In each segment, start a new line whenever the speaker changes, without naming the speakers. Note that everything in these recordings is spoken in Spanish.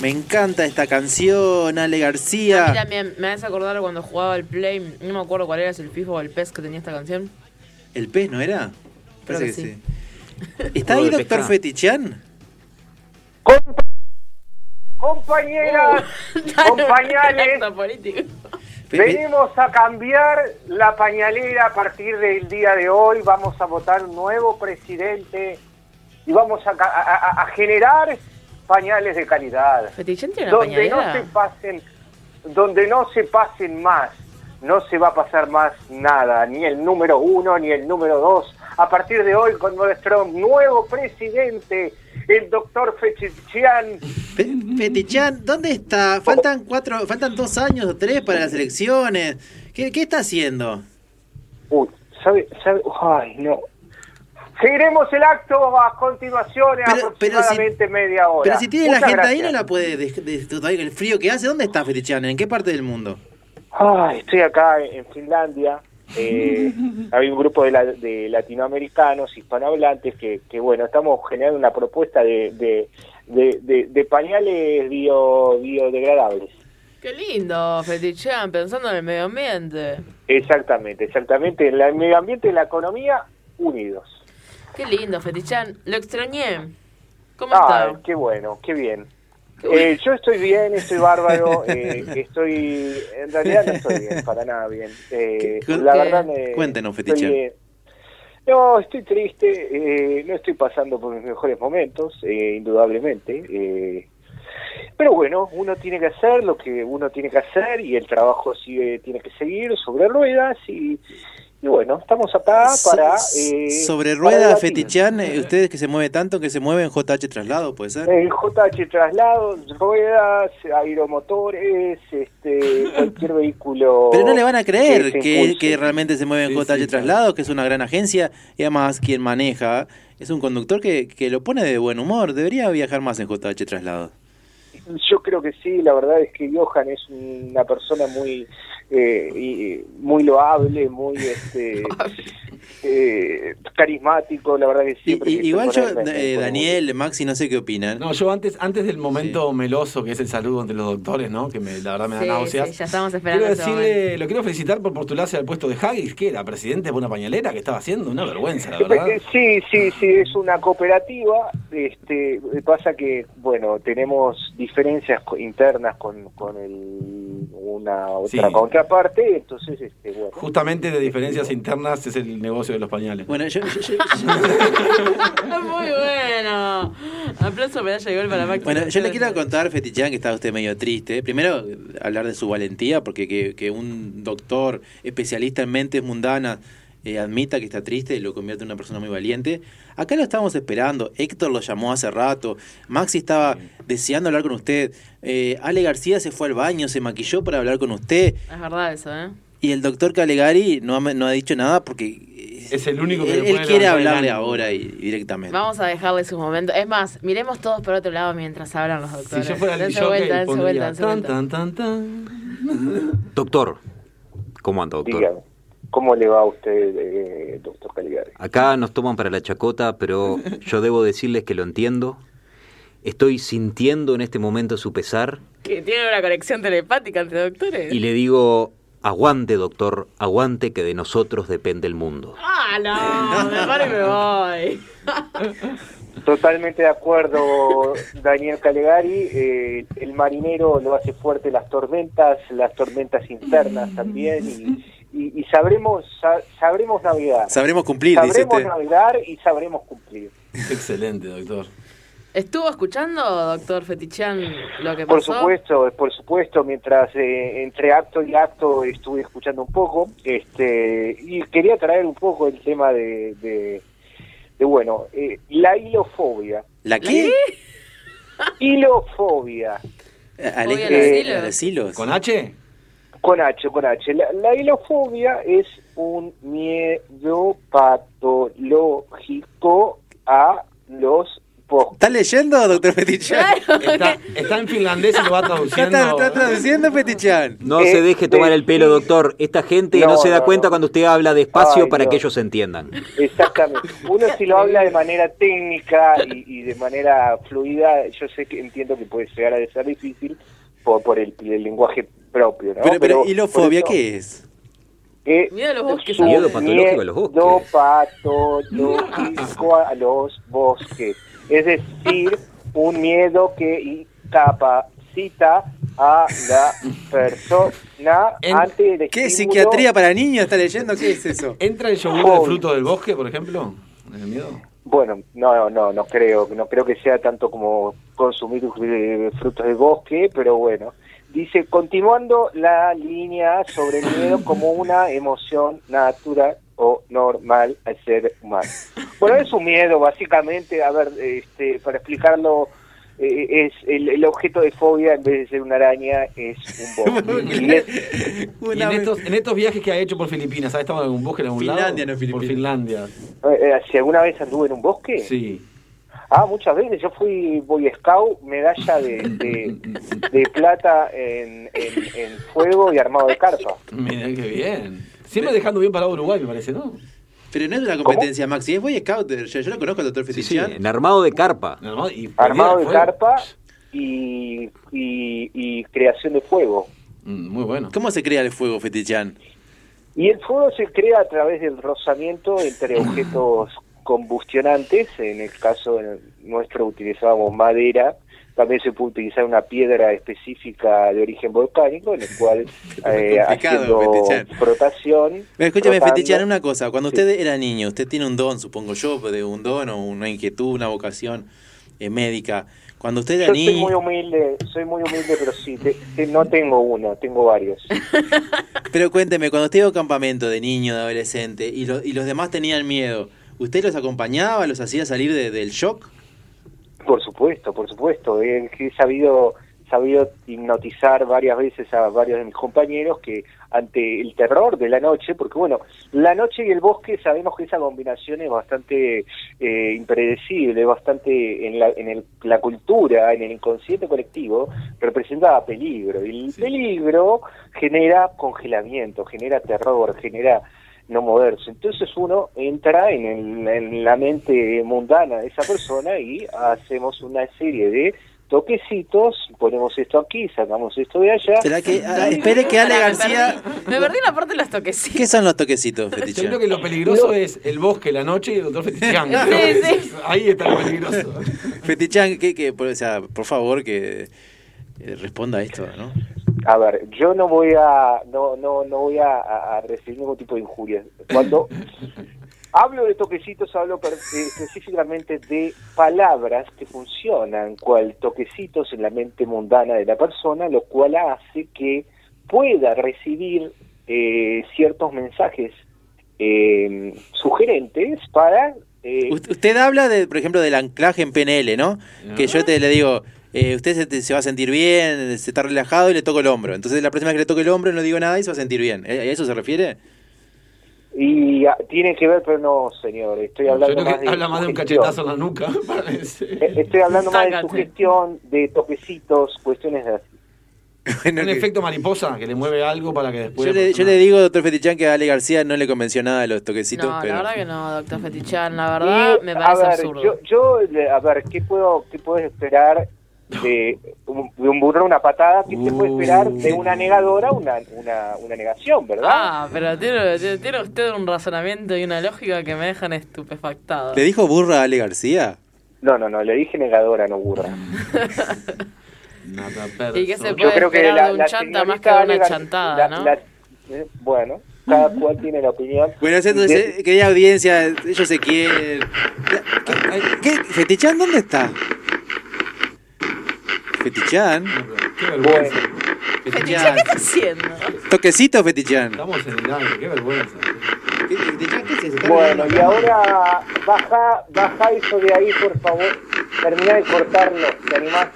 Me encanta esta canción, Ale
A mí
García.
también me hace acordar cuando jugaba al Play, no me acuerdo cuál era, si el FIFA o el PES que tenía esta canción.
¿El pez no era? Parece
Creo que
sí. ¿Está
Juego
ahí
de
Doctor
pesca.
Fetichán?
Compa- compañeras,
Oh,
compañales,
Acto político.
Pe- pe-
venimos a cambiar la pañalera a partir del día de hoy. Vamos a votar un nuevo presidente y vamos a, ca- a- a- a generar pañales de calidad.
Fetichén tiene una
Donde no se
pañalera.
pasen, donde no se pasen más. No se va a pasar más nada, ni el número uno, ni el número dos. A partir de hoy, con nuestro nuevo presidente, el doctor Fechichian,
Pe- Fetichán, ¿dónde está?
Oh.
Faltan cuatro, faltan dos años o tres para las elecciones. ¿Qué, qué está haciendo?
Uy, ¿sabe? sabe? Ay, no. Seguiremos el acto a continuación en
Pero- pero
aproximadamente media hora.
Pero si tiene la
Muchas
gente ahí no
gracias.
la puede des- des- todavía el frío que hace. ¿Dónde está Fetichán? ¿En qué parte del mundo?
Ay, estoy acá en Finlandia. Eh, hay un grupo de, la- de latinoamericanos, hispanohablantes, que, que, bueno, estamos generando una propuesta de, de, de- de- de pañales bio- biodegradables.
Qué lindo, Fetichén, pensando en el medio ambiente.
Exactamente, exactamente. El medio ambiente y la economía unidos.
Qué lindo, Fetichán. Lo extrañé. ¿Cómo
Ah,
está?
qué bueno, qué bien.
Qué bueno.
Eh, yo estoy bien, estoy bárbaro, eh, estoy... En realidad no estoy bien, para nada bien. Eh,
¿Qué-
la
qué-
verdad me...
Cuéntenos,
estoy
Fetiche.
bien. No, estoy triste, eh, no estoy pasando por mis mejores momentos, eh, indudablemente. eh, pero bueno, uno tiene que hacer lo que uno tiene que hacer y el trabajo sigue, tiene que seguir sobre ruedas y, y bueno, estamos acá para...
So-
Ah, eh,
sobre
para
rueda,
debatir.
Fetichán, eh, ustedes que se mueve tanto que se mueven JH traslado, puede ser.
Eh, JH traslados, ruedas, aeromotores, este, cualquier vehículo.
Pero no le van a creer
se
que,
impulse.
que realmente se mueve en
Sí,
JH
sí,
Traslado, que es una gran agencia, y además quien maneja es un conductor que, que lo pone de buen humor. Debería viajar más en JH Traslado.
Yo creo que sí, la verdad es que Johan es una persona muy eh, y- muy loable, muy este eh, carismático, la verdad que
Y-
siempre.
y-
que estoy
igual
con
yo,
él me- me
eh,
pone
Daniel, Maxi, no sé qué opinan.
No, yo antes, antes del momento meloso, que es el saludo entre los doctores, ¿no? Que me- la verdad me da
Sí,
náuseas.
sí, ya estamos esperando
Quiero
ese momento.
decirle, lo quiero felicitar por postularse al puesto de Haggis, que era presidente por una pañalera que estaba haciendo, una vergüenza, la verdad.
Eh, Sí, sí, sí, es una cooperativa. Este, pasa que, bueno, tenemos diferencias co- internas con, con el, una otra
Sí.
contraparte, entonces, este, bueno.
Justamente de diferencias internas es el negocio de los pañales.
Bueno, yo, yo- yo-
Muy bueno. Aplauso, medalla de gol para Maxi.
bueno, yo le quiero contar, Fetichán, que está usted medio triste. Primero, hablar de su valentía, porque que, que un doctor especialista en mentes mundanas eh, admita que está triste lo convierte en una persona muy valiente. Acá lo estábamos esperando. Héctor lo llamó hace rato. Maxi estaba deseando hablar con usted. Eh, Ale García se fue al baño, se maquilló para hablar con usted.
Es verdad eso, ¿eh?
Y el doctor Calegari no ha, no ha dicho nada porque... eh,
Es el único que le
Él,
puede
él quiere
levantar el
hablarle
ánimo.
ahora y, y directamente.
Vamos a dejarle su momento. Es más, miremos todos por otro lado mientras hablan los
Si
doctores.
yo fuera el
Dense
DJ,
vuelta, dense
pondría
vuelta, dense
tan,
vuelta.
tan, tan, tan.
Doctor, ¿cómo anda, doctor?
Dígame, ¿cómo le va a usted, eh, doctor Caligari?
Acá nos toman para la chacota, pero yo debo decirles que lo entiendo. Estoy sintiendo en este momento su pesar
Que tiene una conexión telepática entre doctores.
y le digo, aguante, doctor, aguante que de nosotros depende el mundo.
Ah, no, me paro y me voy.
Totalmente de acuerdo, Daniel Calegari. eh, el marinero lo hace fuerte las tormentas, las tormentas internas también, y, y- y sabremos, sa- sabremos navegar.
Sabremos cumplir, dice
sabremos
usted.
navegar y sabremos cumplir.
Excelente, doctor.
¿Estuvo escuchando, doctor Fetichán, lo que
Por
pasó?
supuesto, por supuesto, mientras eh, entre acto y acto estuve escuchando un poco, este, y quería traer un poco el tema de, de, de, bueno, eh, la hilofobia.
¿La qué?
Hilofobia,
Aleja
Fobia a los
de-
hilos.
a los hilos.
¿Con H?
con H, con H. La, la hilofobia es un miedo patológico a los post.
¿Estás leyendo, doctor Fetichán?
Claro,
Está, está en finlandés y lo va
¿Ya
traduciendo.
está, está traduciendo, Fetichán?
No
Eh,
se deje tomar
eh,
el pelo, doctor. Esta gente no,
No,
se da
no,
cuenta
no.
cuando usted habla despacio
Ay,
para
no.
que ellos entiendan.
Exactamente. Uno si lo habla de manera técnica y, y de manera fluida, yo sé que entiendo que puede llegar a ser difícil por, por el, el lenguaje propio, ¿no?
Pero, pero, ¿y lo
por
fobia
eso-
qué es?
Eh,
Miedo a los bosques.
su
Miedo patológico a los bosques.
miedo patológico a los bosques. Es decir, un miedo que incapacita a la persona
En-
ante el
¿Qué
estímulo.
psiquiatría para niños está leyendo? ¿Qué es eso?
¿Entra el yogur
Joder.
de fruto del bosque, por ejemplo? ¿El miedo?
Bueno, no, no, no, no creo, no creo que sea tanto como consumir eh, frutos del bosque, pero bueno. Dice, continuando la línea sobre el miedo como una emoción natural o normal al ser humano. Bueno, es un miedo, básicamente, a ver, este, para explicarlo, eh, es el, el objeto de fobia, en vez de ser una araña, es un bosque. Y es- eh,
Y en estos, en estos viajes que ha hecho por Filipinas, ¿ha estado en algún bosque en algún
Finlandia,
lado?
no Filipinas.
Por Finlandia,
eh, si alguna vez anduve en un bosque,
sí.
Ah, muchas veces. Yo fui Boy Scout, medalla de, de, de plata en, en- en fuego y armado de carpa.
Mira qué bien. Siempre dejando bien parado Uruguay, me parece, ¿no?
Pero no es una competencia, Maxi, es Boy Scout. Yo, yo lo conozco al doctor
Sí, sí,
Fetichán.
en armado de carpa.
Armado, y
Armado de
fuego.
carpa y, y- y creación de fuego.
Mm, Muy bueno.
¿Cómo se crea el fuego, Fetichán?
Y el fuego se crea a través del rozamiento entre objetos combustionantes. En el caso nuestro utilizábamos madera. También se puede utilizar una piedra específica de origen volcánico, en el cual eh,
complicado,
haciendo
Fetichán.
frotación.
Pero escúchame,
frotando.
Fetichán, una cosa. Cuando
Sí.
usted era niño, usted tiene un don, supongo yo, de un don o una inquietud, una vocación eh, médica. Cuando usted era
Yo soy muy
niño.
humilde, soy muy humilde, pero sí, te- te- no tengo uno, tengo varios.
Pero cuénteme, cuando usted iba a un campamento de niño, de adolescente, y, lo- y los demás tenían miedo, ¿usted los acompañaba, los hacía salir de- del shock?
Por supuesto, por supuesto. He, he sabido, sabido hipnotizar varias veces a varios de mis compañeros que ante el terror de la noche, porque bueno, la noche y el bosque sabemos que esa combinación es bastante eh, impredecible, bastante en, la, en el- la cultura, en el inconsciente colectivo, representa peligro. Y el
Sí.
peligro genera congelamiento, genera terror, genera no moverse. Entonces uno entra en, el- en la mente mundana de esa persona y hacemos una serie de toquecitos, ponemos esto aquí, sacamos esto de allá.
¿Será que.? ah, espere que Ale
Pará,
García.
Me perdí, me perdí la parte de los toquecitos.
¿Qué son los toquecitos,
Yo creo
Fetichán?
que lo peligroso es el bosque, la noche y el doctor Fetichán.
Sí, sí.
Ahí está lo peligroso.
Fetichán, que, que, por, o sea, por favor, que eh, responda a esto, ¿no?
A ver, yo no voy a no no no voy a, a- a recibir ningún tipo de injurias. Cuando hablo de toquecitos hablo per- eh, específicamente de palabras que funcionan cual toquecitos en la mente mundana de la persona, lo cual hace que pueda recibir eh, ciertos mensajes eh, sugerentes para eh,
Usted, usted habla, de, por ejemplo, del anclaje en PNL, ¿no? Que yo te le digo, eh, usted se, te- se va a sentir bien, se está relajado y le toco el hombro. Entonces la próxima vez que le toque el hombro no digo nada y se va a sentir bien. ¿Eh, ¿A eso se refiere?
y ah, tiene que ver, pero no, señor, estoy
Yo
hablando
creo
más
que
de
habla más de un
sugestión.
cachetazo en la nuca, parece.
Eh, Estoy hablando más de
Sácate.
sugestión, de toquecitos, cuestiones de así. eh,
Bueno,
Un
que-
efecto mariposa que le mueve algo para que después.
yo, le, yo le digo, doctor Fetichán, que a Ale García no le convenció nada de los toquecitos,
No,
pero...
la verdad que no, doctor Fetichán. La verdad
Y,
me parece
a ver,
absurdo.
Yo, yo, eh, a ver, ¿qué puedo, qué puedes esperar de un, de un burro una patada? ¿Qué se puede
Uh.
esperar de una negadora una, una, una negación, verdad?
Ah, pero tiene, tiene- tiene usted un razonamiento y una lógica que me dejan estupefactado.
¿Le dijo burra a Ale García?
No, no, no, le dije negadora, no burra.
Nada,
¿Y qué se puede-
perso.
Yo creo que
esperar
la,
de un
la
chanta más
señorita
que de una
Ale Gar-
chantada,
la-
¿no?
la- eh, bueno, cada cual tiene la opinión.
Bueno, entonces,
De-
eh, querida audiencia, ellos se quieren...
Ay, ay,
¿Qué? ¿Fetichán dónde está? Fetichán.
Qué vergüenza.
Bueno.
Fetichán, ¿qué está haciendo?
Toquecito, Fetichán.
Estamos en el aire, qué vergüenza.
¿Qué- Fetichán, qué es eso?
Bueno, y ahora baja, baja eso de ahí, por favor. Termina de cortarlo, ¿te animás?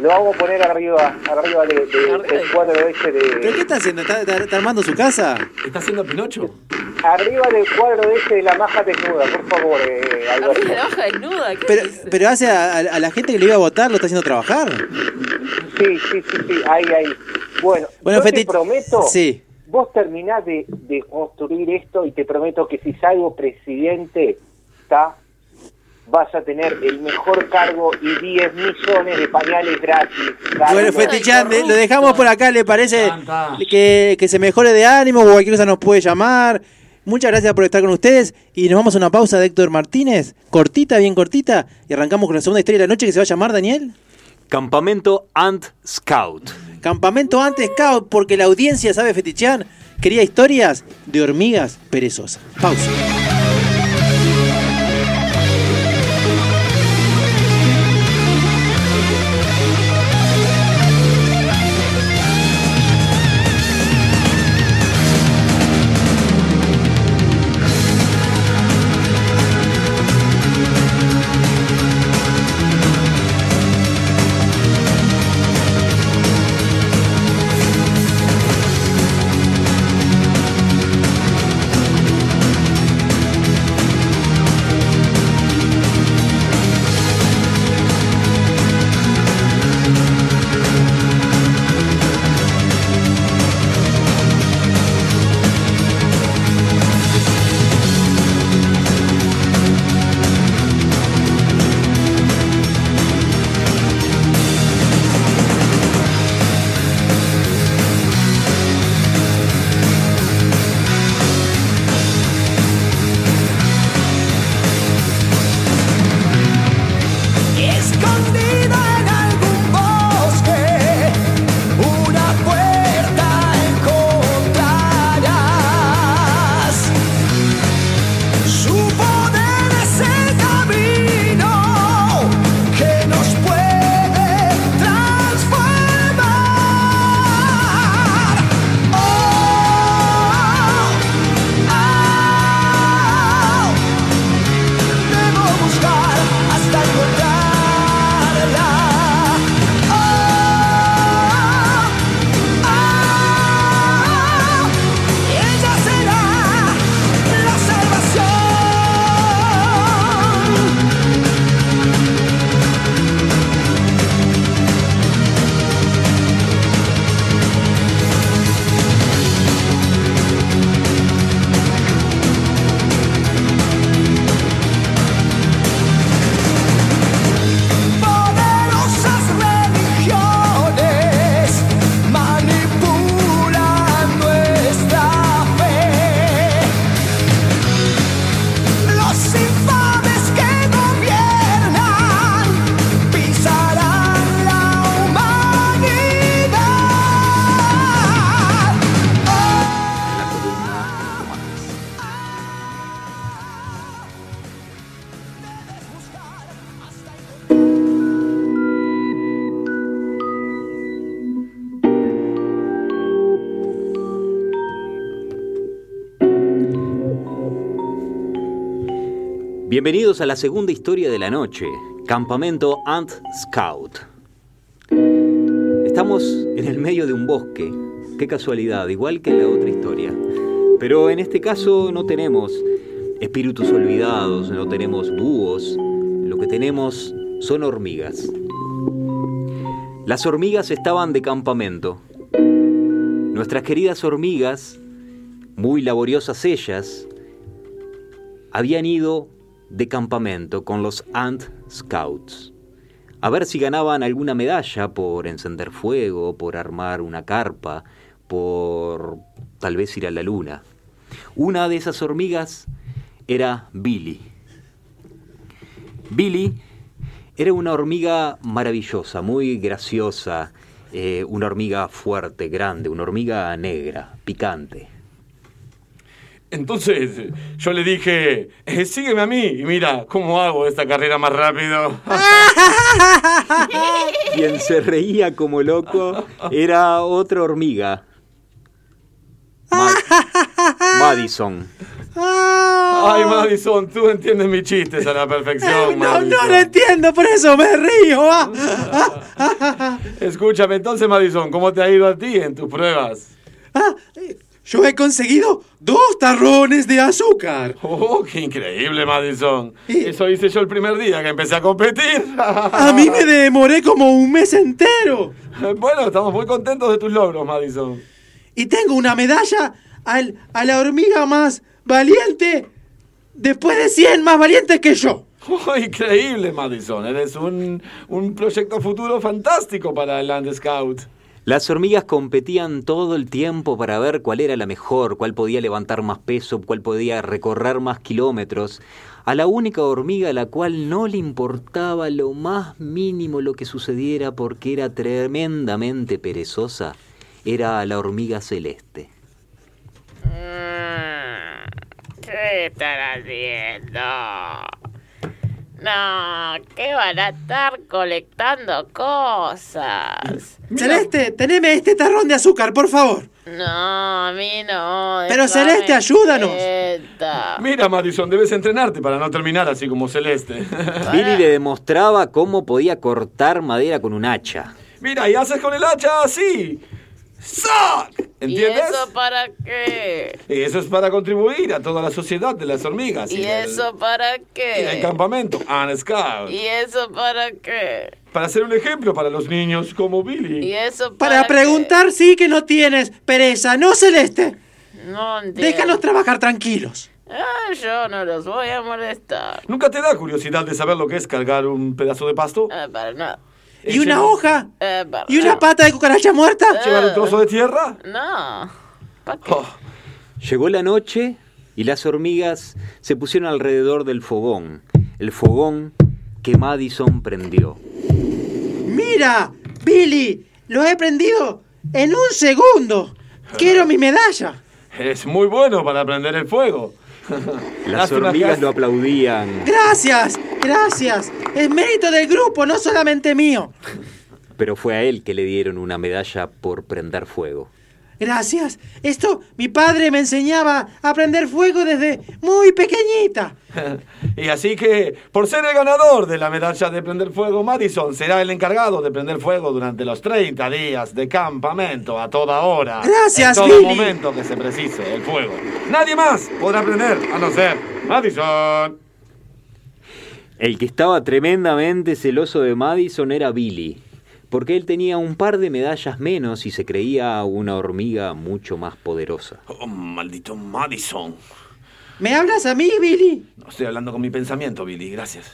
Lo vamos a poner arriba, arriba de, de-
Arriba.
del cuadro ese
¿Pero qué
de...
está haciendo? ¿Está, está- está armando su casa?
¿Está haciendo Pinocho?
Arriba del cuadro ese de la maja desnuda, por favor, eh, Alberto.
Arriba de la hoja desnuda. ¿qué
Pero,
dices?
pero hace a, a- a la gente que le iba a votar, lo está haciendo trabajar.
Sí, sí, sí, sí, ahí, ahí. Bueno,
Bueno,
yo
Feti-
te prometo,
sí.
vos terminás de, de construir esto y te prometo que si salgo presidente, ¿está? Vas a tener el mejor cargo y 10 millones de pañales gratis. ¿tá?
Bueno,
fue-
Feti Chan, le- lo dejamos por acá, ¿le parece?
Tan, tan.
Que, que se mejore de ánimo, o cualquier cosa nos puede llamar. Muchas gracias por estar con ustedes y nos vamos a una pausa de Héctor Martínez, cortita, bien cortita, y arrancamos con la segunda historia de la noche que se va a llamar, Daniel.
Campamento Ant Scout.
Campamento antes Scout, porque la audiencia, ¿sabe, Fetichan? Quería historias de hormigas perezosas. Pausa.
Escondida en algún bosque, una puerta encontrarás. Su poder es el camino que nos puede transformar. Oh, oh, Debo buscar hasta encontrarla. Ah, ah, ella será la salvación. Poderosas religiones manipulan nuestra fe. Los infames que gobiernan pisarán la humanidad.
Bienvenidos a la segunda historia de la noche, Campamento Ant Scout. Estamos en el medio de un bosque, qué casualidad, igual que en la otra historia. Pero en este caso no tenemos espíritus olvidados, no tenemos búhos, lo que tenemos son hormigas. Las hormigas estaban de campamento. Nuestras queridas hormigas, muy laboriosas ellas, habían ido de campamento con los Ant Scouts a ver si ganaban alguna medalla por encender fuego, por armar una carpa, por tal vez ir a la luna. Una de esas hormigas era Billy. Billy era una hormiga maravillosa, muy graciosa, eh, una hormiga fuerte, grande, una hormiga negra, picante.
Entonces yo le dije, "Eh, sígueme a mí y mira cómo hago esta carrera más rápido.
Quien se reía como loco era otra hormiga. Mar- Madison.
Ay, Madison, tú entiendes mis chistes a la perfección.
Ah. No, no
Madison.
lo entiendo, por eso me río. ah.
Escúchame, entonces, Madison, ¿cómo te ha ido a ti en tus pruebas?
Ah, yo he conseguido dos tarrones de azúcar.
¡Oh, qué increíble, Madison!
Y-
Eso hice yo el primer día que empecé a competir.
A mí me demoré como un mes entero.
Bueno, estamos muy contentos de tus logros, Madison.
Y tengo una medalla al, a la hormiga más valiente después de 100 más valientes que yo.
¡Oh, increíble, Madison! Eres un, un proyecto futuro fantástico para el Land Scout.
Las hormigas competían todo el tiempo para ver cuál era la mejor, cuál podía levantar más peso, cuál podía recorrer más kilómetros. A la única hormiga a la cual no le importaba lo más mínimo lo que sucediera porque era tremendamente perezosa, era a la hormiga celeste.
Mm, ¿Qué están haciendo? No, que van a estar colectando cosas.
Celeste, teneme este tarrón de azúcar, por favor.
No, a mí no.
Pero,
déjame
Celeste, ayúdanos.
quieta.
Mira, Madison, debes entrenarte para no terminar así como Celeste.
Billy le demostraba cómo podía cortar madera con un hacha.
Mira, y haces con el hacha así. ¡Sac!
¿Y
¿Entiendes?
eso para qué?
Eso es para contribuir a toda la sociedad de las hormigas.
¿Y
del-
eso para
y del
qué?
campamento. An Scout.
¿Y eso para qué?
Para ser un ejemplo para los niños como
¿Y
Billy.
eso
Para
para, qué?
preguntar sí que no tienes pereza, ¿no, Celeste?
No entiendo.
Déjanos trabajar tranquilos.
Ah, yo no los voy a molestar.
¿Nunca te da curiosidad de saber lo que es cargar un pedazo de pasto?
Ah, para nada.
¿Y una hoja?
Eh, para
¿Y una
nada. Eh,
pata de cucaracha muerta?
¿Llevar
Ah.
un trozo de tierra?
No. ¿Para qué?
Oh,
Llegó la noche y las hormigas se pusieron alrededor del fogón, el fogón que Madison prendió.
Mira, Billy, lo he prendido en un segundo. Quiero mi medalla.
es muy bueno para prender el fuego.
Las
Lástima
hormigas
que-
lo aplaudían,
Gracias, gracias. Es mérito del grupo, no solamente mío.
pero fue a él que le dieron una medalla por prender fuego.
Gracias. Esto mi padre me enseñaba a prender fuego desde muy pequeñita.
Y así que, por ser el ganador de la medalla de prender fuego, Madison será el encargado de prender fuego durante los 30 días de campamento a toda hora.
Gracias,
En todo
Billy.
momento que se precise el fuego. Nadie más podrá prender, a no ser Madison.
El que estaba tremendamente celoso de Madison era Billy, porque él tenía un par de medallas menos y se creía una hormiga mucho más poderosa.
Oh, maldito Madison.
¿Me hablas a mí, Billy?
No estoy hablando con mi pensamiento, Billy, gracias.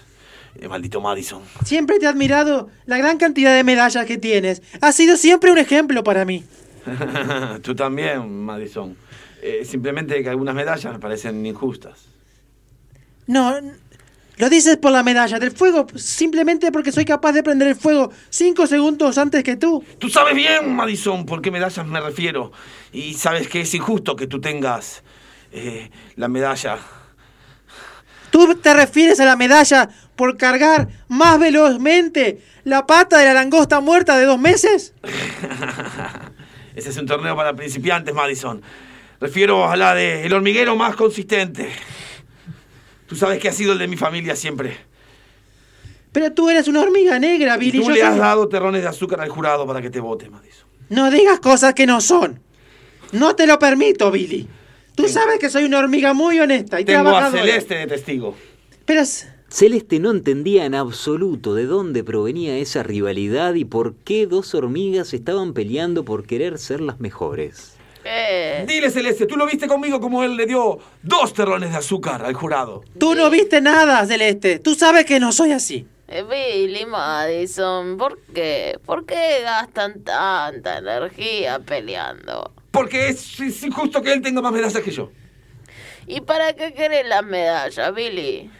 Eh, maldito Madison.
Siempre te he admirado la gran cantidad de medallas que tienes. Has sido siempre un ejemplo para mí.
Tú también, Madison. Eh, simplemente que algunas medallas me parecen injustas.
No, n- lo dices por la medalla del fuego, simplemente porque soy capaz de prender el fuego cinco segundos antes que tú.
Tú sabes bien, Madison, por qué medallas me refiero. Y sabes que es injusto que tú tengas eh, la medalla.
Tú te refieres a la medalla por cargar más velozmente la pata de la langosta muerta de dos meses?
Ese es un torneo para principiantes, Madison. Refiero a la de el hormiguero más consistente. Tú sabes que ha sido el de mi familia siempre.
Pero tú eres una hormiga negra,
Y
Billy.
tú
yo
le has
soy-
dado terrones de azúcar al jurado para que te vote, Madison.
No digas cosas que no son. No te lo permito, Billy. Tú sabes que soy una hormiga muy honesta y
Tengo a
trabajadora.
Celeste de testigo.
Pero s-
Celeste no entendía en absoluto de dónde provenía esa rivalidad y por qué dos hormigas estaban peleando por querer ser las mejores.
¿Qué?
Dile, Celeste, tú lo viste conmigo como él le dio dos terrones de azúcar al jurado.
tú no viste nada, Celeste. Tú sabes que no soy así.
Eh, Billy Madison, ¿por qué? ¿Por qué gastan tanta energía peleando?
Porque es, es injusto que él tenga más medallas que yo.
¿Y para qué querés las medallas, Billy?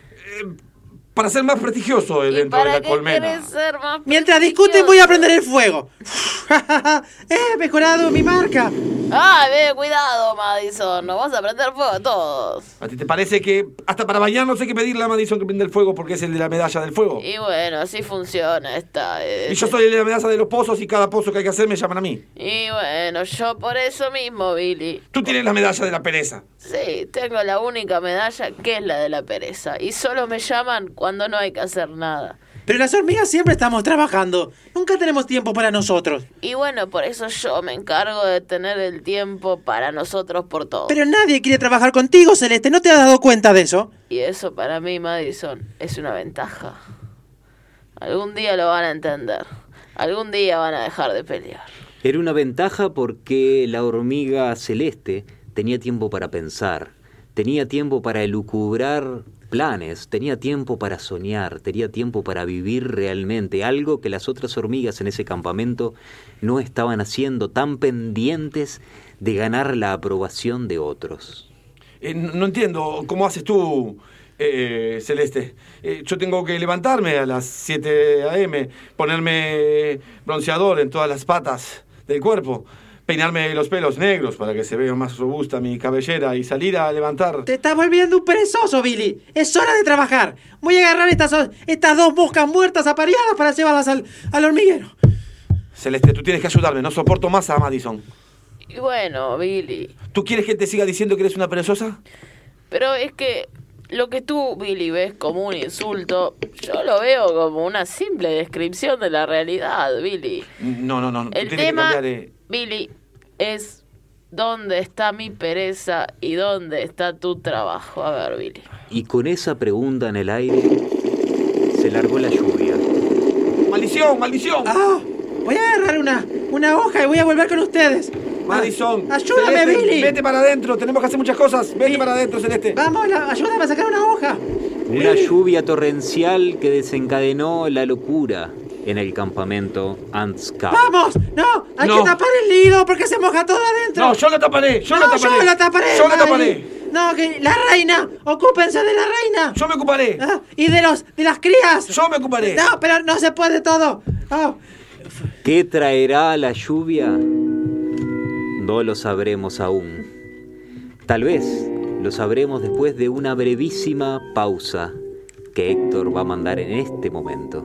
Para ser más prestigioso eh,
¿Y
dentro de
para
la
qué
colmena.
querés ser más
Mientras discuten voy a prender el fuego.
¡He mejorado mi marca!
¡Ay, ve, cuidado, Madison! Nos vas a prender fuego a todos.
¿A ti te parece que hasta para bañarnos hay que pedirle a Madison que prenda el fuego porque es el de la medalla del fuego?
Y bueno, así funciona esta. eh,
Y yo soy el de la medalla de los pozos y cada pozo que hay que hacer me llaman a mí.
Y bueno, yo por eso mismo, Billy.
Tú tienes la medalla de la pereza.
Sí, tengo la única medalla que es la de la pereza. Y solo me llaman cuando no hay que hacer nada.
Pero las hormigas siempre estamos trabajando. Nunca tenemos tiempo para nosotros.
Y bueno, por eso yo me encargo de tener el tiempo para nosotros por todo.
Pero nadie quiere trabajar contigo, Celeste. ¿No te has dado cuenta de eso?
Y eso para mí, Madison, es una ventaja. Algún día lo van a entender. Algún día van a dejar de pelear.
Era una ventaja porque la hormiga celeste tenía tiempo para pensar, tenía tiempo para elucubrar planes, tenía tiempo para soñar, tenía tiempo para vivir realmente, algo que las otras hormigas en ese campamento no estaban haciendo, tan pendientes de ganar la aprobación de otros.
Eh, no no entiendo, ¿cómo haces tú, eh, Celeste? Eh, yo tengo que levantarme a las 7 a.m., ponerme bronceador en todas las patas del cuerpo, peinarme los pelos negros para que se vea más robusta mi cabellera y salir a levantar.
Te estás volviendo un perezoso, Billy. Es hora de trabajar. Voy a agarrar estas, estas dos moscas muertas apareadas para llevarlas al, al hormiguero.
Celeste, tú tienes que ayudarme, no soporto más a Madison.
Y bueno, Billy.
¿Tú quieres que te siga diciendo que eres una perezosa?
Pero es que lo que tú, Billy, ves como un insulto, yo lo veo como una simple descripción de la realidad, Billy.
No, no, no. tú
El
tienes que
tema,
cambiar, eh.
Billy, es dónde está mi pereza y dónde está tu trabajo. A ver, Billy.
Y con esa pregunta en el aire, se largó la lluvia.
¡Maldición, maldición!
¡Ah! Voy a agarrar una, una hoja y voy a volver con ustedes.
Madison,
Ah, ¡Ayúdame,
Celeste,
Billy!
Vete para adentro, tenemos que hacer muchas cosas. Vete para adentro, Celeste.
Vamos, la- ayúdame a sacar una hoja.
Una lluvia torrencial que desencadenó la locura en el campamento Ants Camp.
¡Vamos! ¡No! ¡Hay que
No.
tapar el nido porque se moja todo adentro!
No, yo lo taparé, yo
No,
lo taparé.
yo la taparé.
Yo la
Mari.
taparé.
No, que la reina. Ocúpense de la reina.
Yo me ocuparé.
Ah, y de los de las crías.
Yo me ocuparé.
No, pero no se puede todo. Ah,
¿Qué traerá la lluvia? No lo sabremos aún. Tal vez lo sabremos después de una brevísima pausa que Héctor va a mandar en este momento.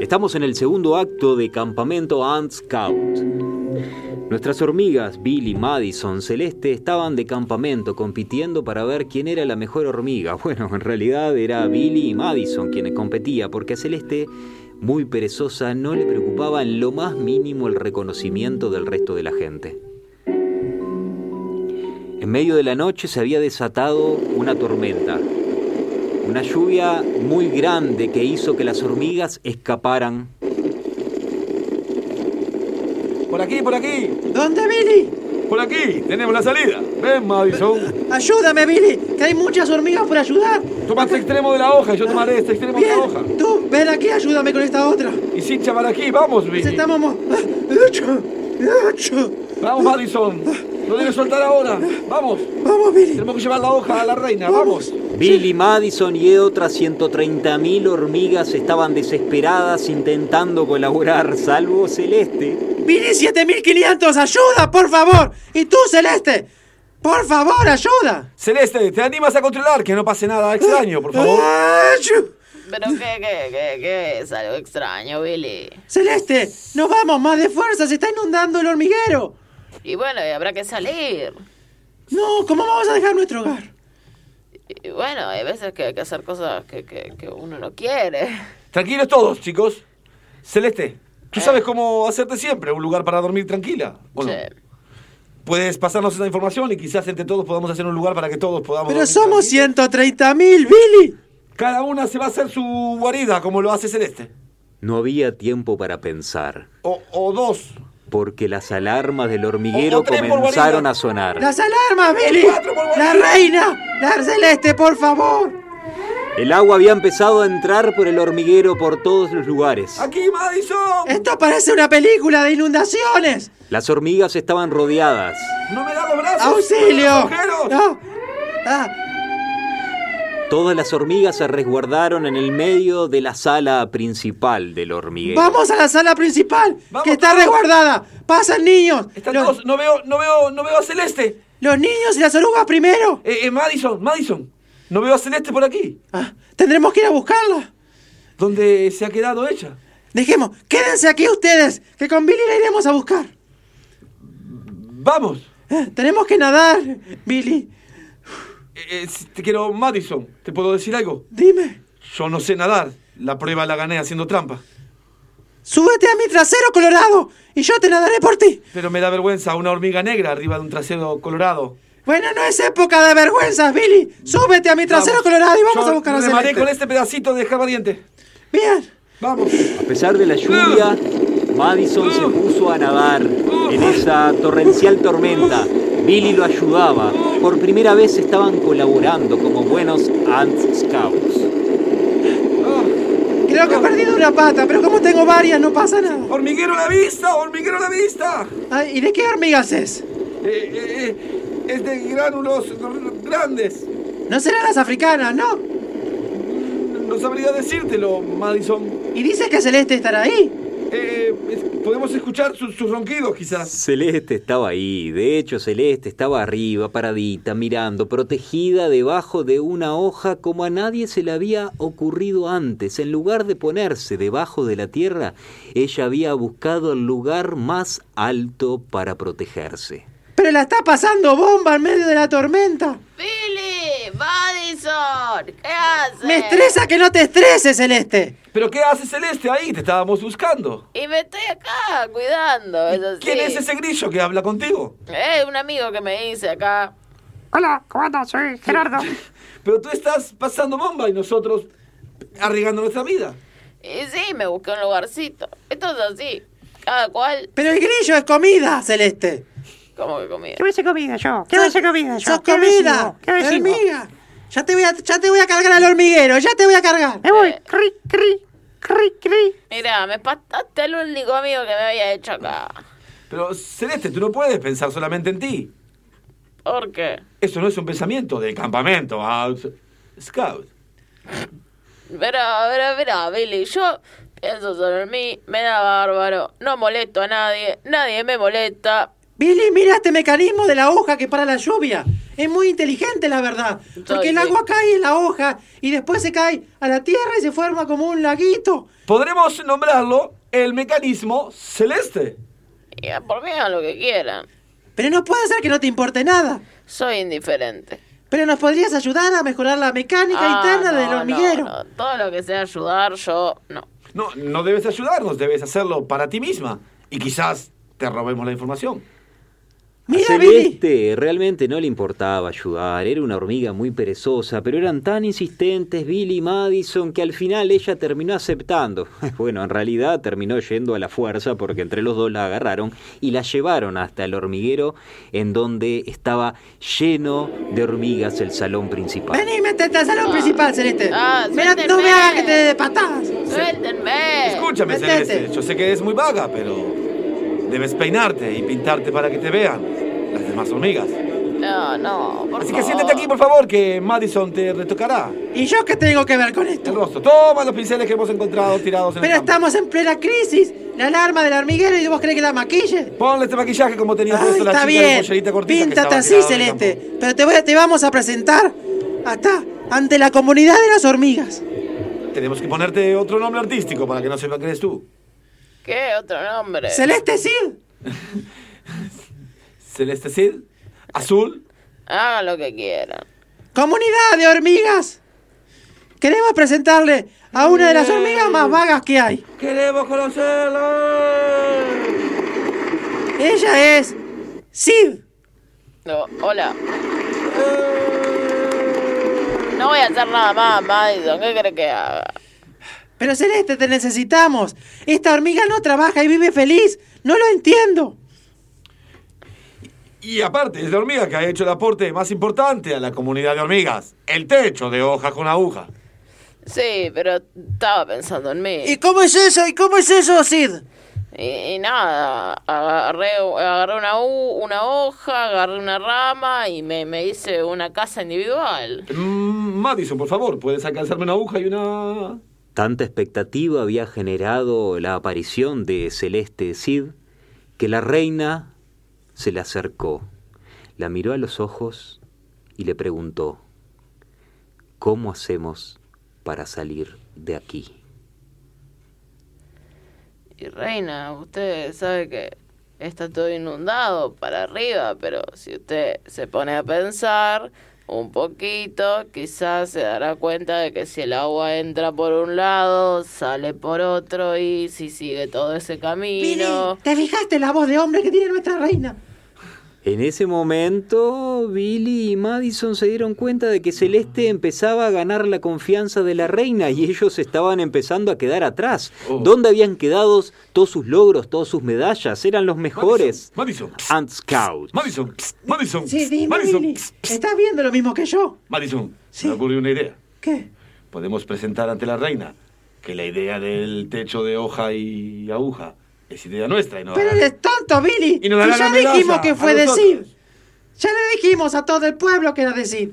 Estamos en el segundo acto de Campamento Ant Scout. Nuestras hormigas, Billy, Madison, Celeste, estaban de campamento compitiendo para ver quién era la mejor hormiga. Bueno, en realidad era Billy y Madison quienes competían, porque a Celeste, muy perezosa, no le preocupaba en lo más mínimo el reconocimiento del resto de la gente. En medio de la noche se había desatado una tormenta, una lluvia muy grande que hizo que las hormigas escaparan
Por aquí, por aquí,
¿Dónde, Billy?
por aquí, tenemos la salida. Ven, Madison.
Ayúdame, Billy, que hay muchas hormigas por ayudar.
Toma este extremo de la hoja, yo tomaré este extremo de la hoja.
Bien, tú, ven aquí, ayúdame con esta otra.
Y sin chaval aquí, vamos, Billy.
Estamos... mo- Ah, Ocho, ocho.
Vamos, Madison. No debes soltar ahora. Vamos.
Vamos, Billy.
Tenemos que llevar la hoja a la reina. Vamos.
Billy Madison y otras 130.000 hormigas estaban desesperadas intentando colaborar, salvo Celeste.
Billy 7500, ayuda, por favor. Y tú, Celeste, por favor, ayuda.
Celeste, ¿te animas a controlar? Que no pase nada extraño, por favor.
Ocho.
Pero qué, qué, qué, qué es algo extraño, Billy.
Celeste, nos vamos, más de fuerza, se está inundando el hormiguero.
Y bueno, y habrá que salir.
No, ¿cómo vamos a dejar nuestro hogar?
Y bueno, hay veces que hay que hacer cosas que, que, que uno no quiere.
Tranquilos todos, chicos. Celeste, tú sabes cómo hacerte siempre un lugar para dormir tranquila, ¿o no?
Sí.
Puedes pasarnos esa información y quizás entre todos podamos hacer un lugar para que todos podamos.
Pero
dormir
somos
tranquilos.
130.000, Billy.
Cada una se va a hacer su guarida, como lo hace Celeste.
No había tiempo para pensar,
O, o dos.
porque las alarmas del hormiguero
Oh, tres por
comenzaron
guarida.
a sonar.
Las alarmas, Billy.
Cuatro por
La reina, la celeste, por favor.
El agua había empezado a entrar por el hormiguero por todos los lugares.
¡Aquí, Madison!
Esto parece una película de inundaciones.
Las hormigas estaban rodeadas.
¡No me da los brazos!
¡Auxilio!
¡Me da los agujeros!
No. Ah,
Todas las hormigas se resguardaron en el medio de la sala principal del hormiguero.
vamos a la sala principal,
Vamos.
que está resguardada. Pasan niños.
Están
Los,
todos- No veo, no veo, no veo a Celeste.
los niños y las orugas primero.
Eh, eh, Madison, Madison. No veo a Celeste por aquí.
Ah, tendremos que ir a buscarla.
¿Dónde se ha quedado ella?
Dejemos, quédense aquí ustedes, que con Billy la iremos a buscar.
Vamos.
Ah, Tenemos que nadar, Billy.
Eh, eh, si te quiero, Madison. ¿Te puedo decir algo?
Dime,
Yo no sé nadar. La prueba la gané haciendo trampa.
súbete a mi trasero colorado y yo te nadaré por ti.
Pero me da vergüenza una hormiga negra arriba de un trasero colorado.
Bueno, no es época de vergüenzas, Billy. Súbete a mi trasero
Vamos.
colorado y vamos
Yo
a buscar a
remaré con
Celeste.
este pedacito de valiente.
Bien.
Vamos.
A pesar de la lluvia, Madison se puso a nadar en esa torrencial tormenta. Billy lo ayudaba. Por primera vez estaban colaborando como buenos Ant Scouts.
Ah,
Creo que he perdido una pata, pero como tengo varias, no pasa nada.
hormiguero a la vista, hormiguero a la vista.
Ay, ¿Y de qué hormigas es?
Eh, eh, eh, es de gránulos gr- grandes.
No serán las africanas, ¿no?
No sabría decírtelo, Madison.
Y dice que Celeste estará ahí.
Eh, es- podemos escuchar sus, sus ronquidos, quizás.
Celeste estaba ahí, de hecho Celeste estaba arriba, paradita, mirando, protegida debajo de una hoja como a nadie se le había ocurrido antes. En lugar de ponerse debajo de la tierra, ella había buscado el lugar más alto para protegerse.
Pero la está pasando bomba en medio de la tormenta.
Billy, Madison, ¿qué haces?
Me estresa que no te estreses, Celeste.
¿Pero qué hace Celeste ahí? Te estábamos buscando.
Y me estoy acá cuidando, Ah, eso
¿Quién
sí.
es ese grillo que habla contigo?
Eh, un amigo que me hice acá.
Hola, ¿cómo andas? Soy Gerardo.
Pero tú estás pasando bomba y nosotros arriesgando nuestra vida.
Y sí, me busqué un lugarcito. Esto es así. Cada cual,
Pero el grillo es comida, Celeste.
como que comía.
¿Qué hubiese comido yo? ¿Qué hubiese comido yo?
¡Sos
¿Qué hubiese
comida!
ido? ¿Qué hubiese ido?
¡Hormiga! Ya te, voy a, ya te voy a cargar al hormiguero, ya te voy a cargar.
Me voy. Cri, cri, cri, cri.
Mira, me espantaste el único amigo que me había hecho acá.
Pero Celeste, tú no puedes pensar solamente en ti.
¿Por qué?
Eso no es un pensamiento del campamento, Out Scout.
Pero, pero, pero, Billy, yo pienso solo en mí, me da bárbaro, no molesto a nadie, nadie me molesta.
Billy, mira este mecanismo de la hoja que para la lluvia. Es muy inteligente, la verdad. Porque el
sí.
agua cae en la hoja y después se cae a la tierra y se forma como un laguito.
Podremos nombrarlo el mecanismo celeste.
Y a por mí hagan lo que quieran.
Pero no puede ser que no te importe nada.
Soy indiferente.
Pero nos podrías ayudar a mejorar la mecánica
Ah,
interna del
no,
hormiguero.
no, no. Todo lo que sea ayudar, yo no.
No, no debes ayudarnos, debes hacerlo para ti misma. Y quizás te robemos la información.
Mira,
a
Billy.
Celeste realmente no le importaba ayudar, era una hormiga muy perezosa, pero eran tan insistentes Billy y Madison que al final ella terminó aceptando. Bueno, en realidad terminó yendo a la fuerza porque entre los dos la agarraron y la llevaron hasta el hormiguero en donde estaba lleno de hormigas el salón principal.
Vení, métete al salón principal, Celeste.
Ah,
Mirá, no
suélteme.
me hagas que te dé de patadas.
¡Suéltenme!
Escúchame,
Metete.
Celeste, yo sé que es muy vaga, pero debes peinarte y pintarte para que te vean las demás hormigas.
No, no, por
Así
favor.
que siéntate aquí, por favor, que Madison te retocará
¿Y yo qué tengo que ver con
el
esto?
rostro. Toma los pinceles que hemos encontrado tirados en
Pero
el campo.
estamos en plena crisis. La alarma del hormiguero y vos crees que la maquille.
Ponle este maquillaje como tenía
Ay,
puesto la
está
chica de
bien.
pollerita cortita que
Píntate
estaba
así,
tirada en el campo.
Celeste. Pero te, voy a- te vamos a presentar hasta ante la comunidad de las hormigas.
Tenemos que ponerte otro nombre artístico para que no sepa que eres tú.
¿Qué otro nombre?
Celeste Sid.
Celeste Cid, Azul,
Hagan lo que quieran.
Comunidad de hormigas. Queremos presentarle a una de las hormigas más vagas que hay.
queremos conocerla.
Ella es Sid.
No, hola.
¡Eh!
No voy a hacer nada más, Madison. ¿Qué crees que haga?
Pero Celeste, te necesitamos. Esta hormiga no trabaja y vive feliz. No lo entiendo.
Y aparte, es la hormiga que ha hecho el aporte más importante a la comunidad de hormigas. El techo de hojas con aguja.
Sí, pero estaba pensando en mí.
¿Y cómo es eso? ¿Y cómo es eso, Sid?
Y, y nada, agarré, agarré una, hu- una hoja, agarré una rama y me, me hice una casa individual.
Mm, Madison, por favor, ¿puedes alcanzarme una aguja y una...?
Tanta expectativa había generado la aparición de Celeste Cid que la reina se le acercó, la miró a los ojos y le preguntó, ¿cómo hacemos para salir de aquí?
Y reina, usted sabe que está todo inundado para arriba, pero si usted se pone a pensar un poquito, quizás se dará cuenta de que si el agua entra por un lado, sale por otro y si sigue todo ese camino...
¿te fijaste la voz de hombre que tiene nuestra reina?
En ese momento, Billy y Madison se dieron cuenta de que Celeste empezaba a ganar la confianza de la reina y ellos estaban empezando a quedar atrás.
Oh.
¿Dónde habían quedado todos sus logros, todas sus medallas? Eran los mejores.
Madison, psst,
Ant Scout.
Madison, psst, Madison,
Sí,
psst,
dime,
Madison,
Billy.
psst, psst.
¿Estás viendo lo mismo que yo?
Madison,
Sí.
me ocurre una idea.
¿Qué?
Podemos presentar ante la reina que la idea del techo de hoja y aguja es idea nuestra y no...
Pero eres tonto, Billy.
Y nos dará
Si
la
ya
medalla
dijimos que
a
fue de
nosotros.
Sid. Ya le dijimos a todo el pueblo que era de Sid.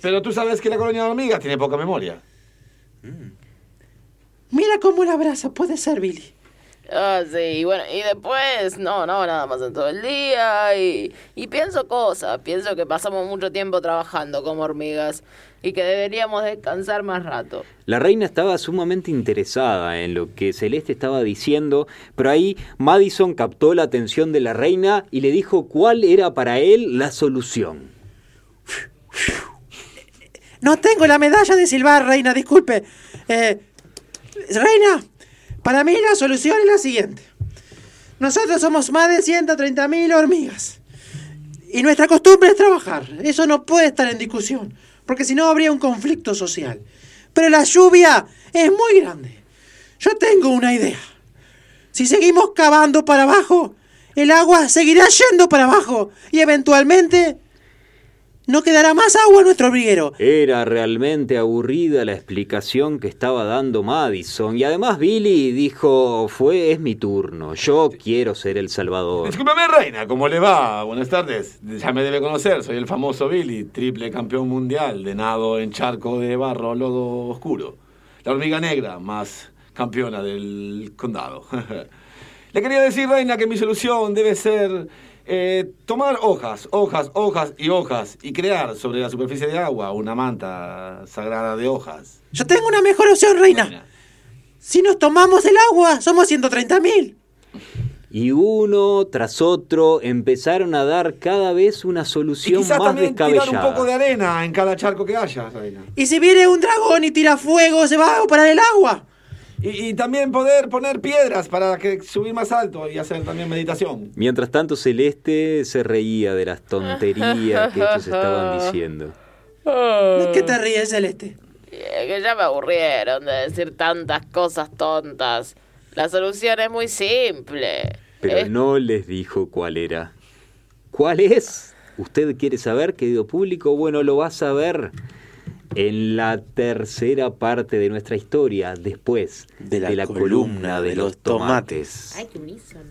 Pero tú sabes que la colonia de hormigas tiene poca memoria.
Mira cómo la brasa puede ser, Billy.
Ah, sí, y bueno, y después, no, no, nada más en todo el día y, y pienso cosas, pienso que pasamos mucho tiempo trabajando como hormigas y que deberíamos descansar más rato.
La reina estaba sumamente interesada en lo que Celeste estaba diciendo, pero ahí Madison captó la atención de la reina y le dijo cuál era para él la solución.
No tengo la medalla de silbar, reina, disculpe. Eh, reina, para mí la solución es la siguiente. Nosotros somos más de 130.000 hormigas. Y nuestra costumbre es trabajar. Eso no puede estar en discusión, porque si no habría un conflicto social. Pero la lluvia es muy grande. Yo tengo una idea. Si seguimos cavando para abajo, el agua seguirá yendo para abajo y eventualmente no quedará más agua en nuestro hormiguero.
Era realmente aburrida la explicación que estaba dando Madison y además Billy dijo, fue, es mi turno, yo quiero ser el salvador.
Discúlpame, reina, ¿cómo le va? Buenas tardes. Ya me debe conocer, soy el famoso Billy, triple campeón mundial de nado en charco de barro, lodo oscuro. La hormiga negra, más campeona del condado. le quería decir, reina, que mi solución debe ser eh, tomar hojas, hojas, hojas y hojas y crear sobre la superficie de agua una manta sagrada de hojas.
Yo tengo una mejor opción, reina. Si nos tomamos el agua, somos 130.000.
Y uno tras otro empezaron a dar cada vez una
Y
solución
quizás
más
también tirar un
descabellada.
poco de arena en cada charco que haya, reina.
Y si viene un dragón y tira fuego, se va a parar el agua.
Y, y también poder poner piedras para que subir más alto y hacer también meditación.
Mientras tanto, Celeste se reía de las tonterías que ellos estaban diciendo.
¿De qué te ríes, Celeste?
Eh, que ya me aburrieron de decir tantas cosas tontas. La solución es muy simple.
Pero
Es-
no les dijo cuál era. ¿Cuál es? ¿Usted quiere saber, querido público? Bueno, lo vas a ver en la tercera parte de nuestra historia, después
De la columna de los tomates.
Ay, qué unísono.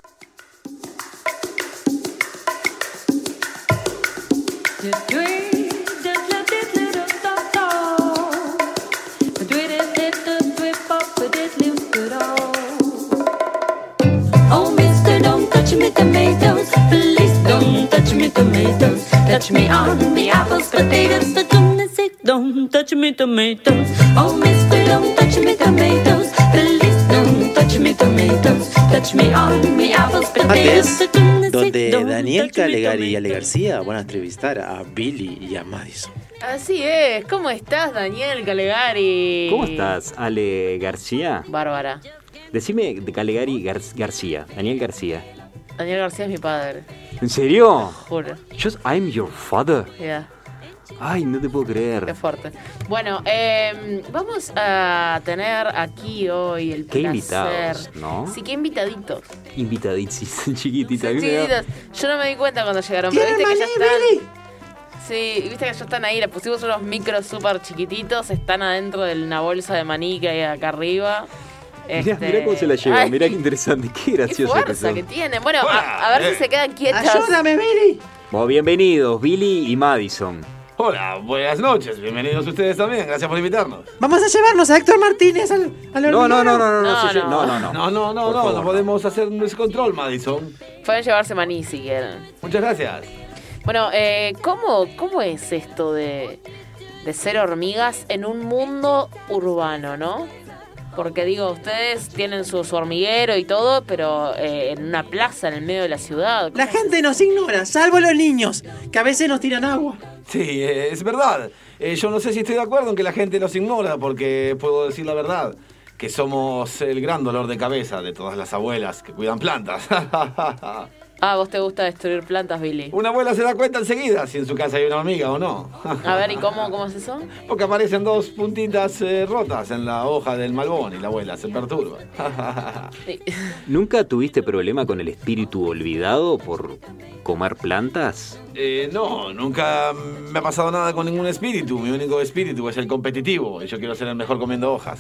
Oh, mister, don't touch me tomatoes. Please don't touch me tomatoes. Touch me on the apples, potatoes, the goodness sake, don't touch me tomatoes. Oh, mister, don't touch me tomatoes. Please don't touch me tomatoes. Touch me on the apples, potatoes, the goodness sake,
Donde
don't
Daniel
touch me
Calegari y Ale
tomatoes.
García van a entrevistar a Billy y a Madison.
Así es. ¿Cómo estás, Daniel Calegari?
¿Cómo estás, Ale García?
Bárbara.
Decime de Calegari Gar- García, Daniel García.
Daniel García es mi padre.
¿En serio?
Juro.
Just I'm your father.
Ya.
Ay, no te puedo
Qué
creer.
fuerte. Bueno, eh, vamos a tener aquí hoy el
Qué
placer.
invitados, ¿no?
Sí, qué invitaditos.
Invitaditis, chiquitita.
Sí, chiquititos. Yo no me di cuenta cuando llegaron, pero
¿Tiene
viste
maní,
que ya están.
Billy?
Sí, viste que ya están ahí, le pusimos unos micros súper chiquititos, están adentro de una bolsa de maní que hay acá arriba.
Mirá, mirá cómo se la lleva,
este, Ay,
mirá qué interesante,
qué
qué gracioso que
fuerza
son.
que, tienen. Bueno, a, a ver si se quedan quietas.
Ayúdame, Billy.
Bueno, bienvenidos, Billy y Madison.
Hola, buenas noches, bienvenidos ustedes también, gracias por invitarnos.
Vamos a llevarnos a Héctor Martínez al, al
No, no,
hormiguero.
no, no, no, no,
No,
se lle-
no.
no, no, no.
No, no, no,
Por
no,
favor,
no podemos hacer un descontrol, Madison.
Pueden llevarse maní si quieren.
Muchas gracias.
Bueno, eh, ¿cómo, ¿cómo es esto de, de ser hormigas en un mundo urbano, no? Porque digo, ustedes tienen su, su hormiguero y todo, pero eh, en una plaza en el medio de la ciudad.
La gente nos ignora, salvo los niños, que a veces nos tiran agua.
Sí, eh, es verdad. Eh, yo no sé si estoy de acuerdo en que la gente nos ignora, porque puedo decir la verdad, que somos el gran dolor de cabeza de todas las abuelas que cuidan plantas.
Ah, vos te gusta destruir plantas, Billy.
una abuela se da cuenta enseguida si en su casa hay una hormiga o no.
A ver, ¿y cómo, cómo es eso?
porque aparecen dos puntitas eh, rotas en la hoja del malbón y la abuela se perturba.
Sí.
¿Nunca tuviste problema con el espíritu olvidado por comer plantas?
Eh, no, nunca me ha pasado nada con ningún espíritu. Mi único espíritu es el competitivo. Y yo quiero ser el mejor comiendo hojas.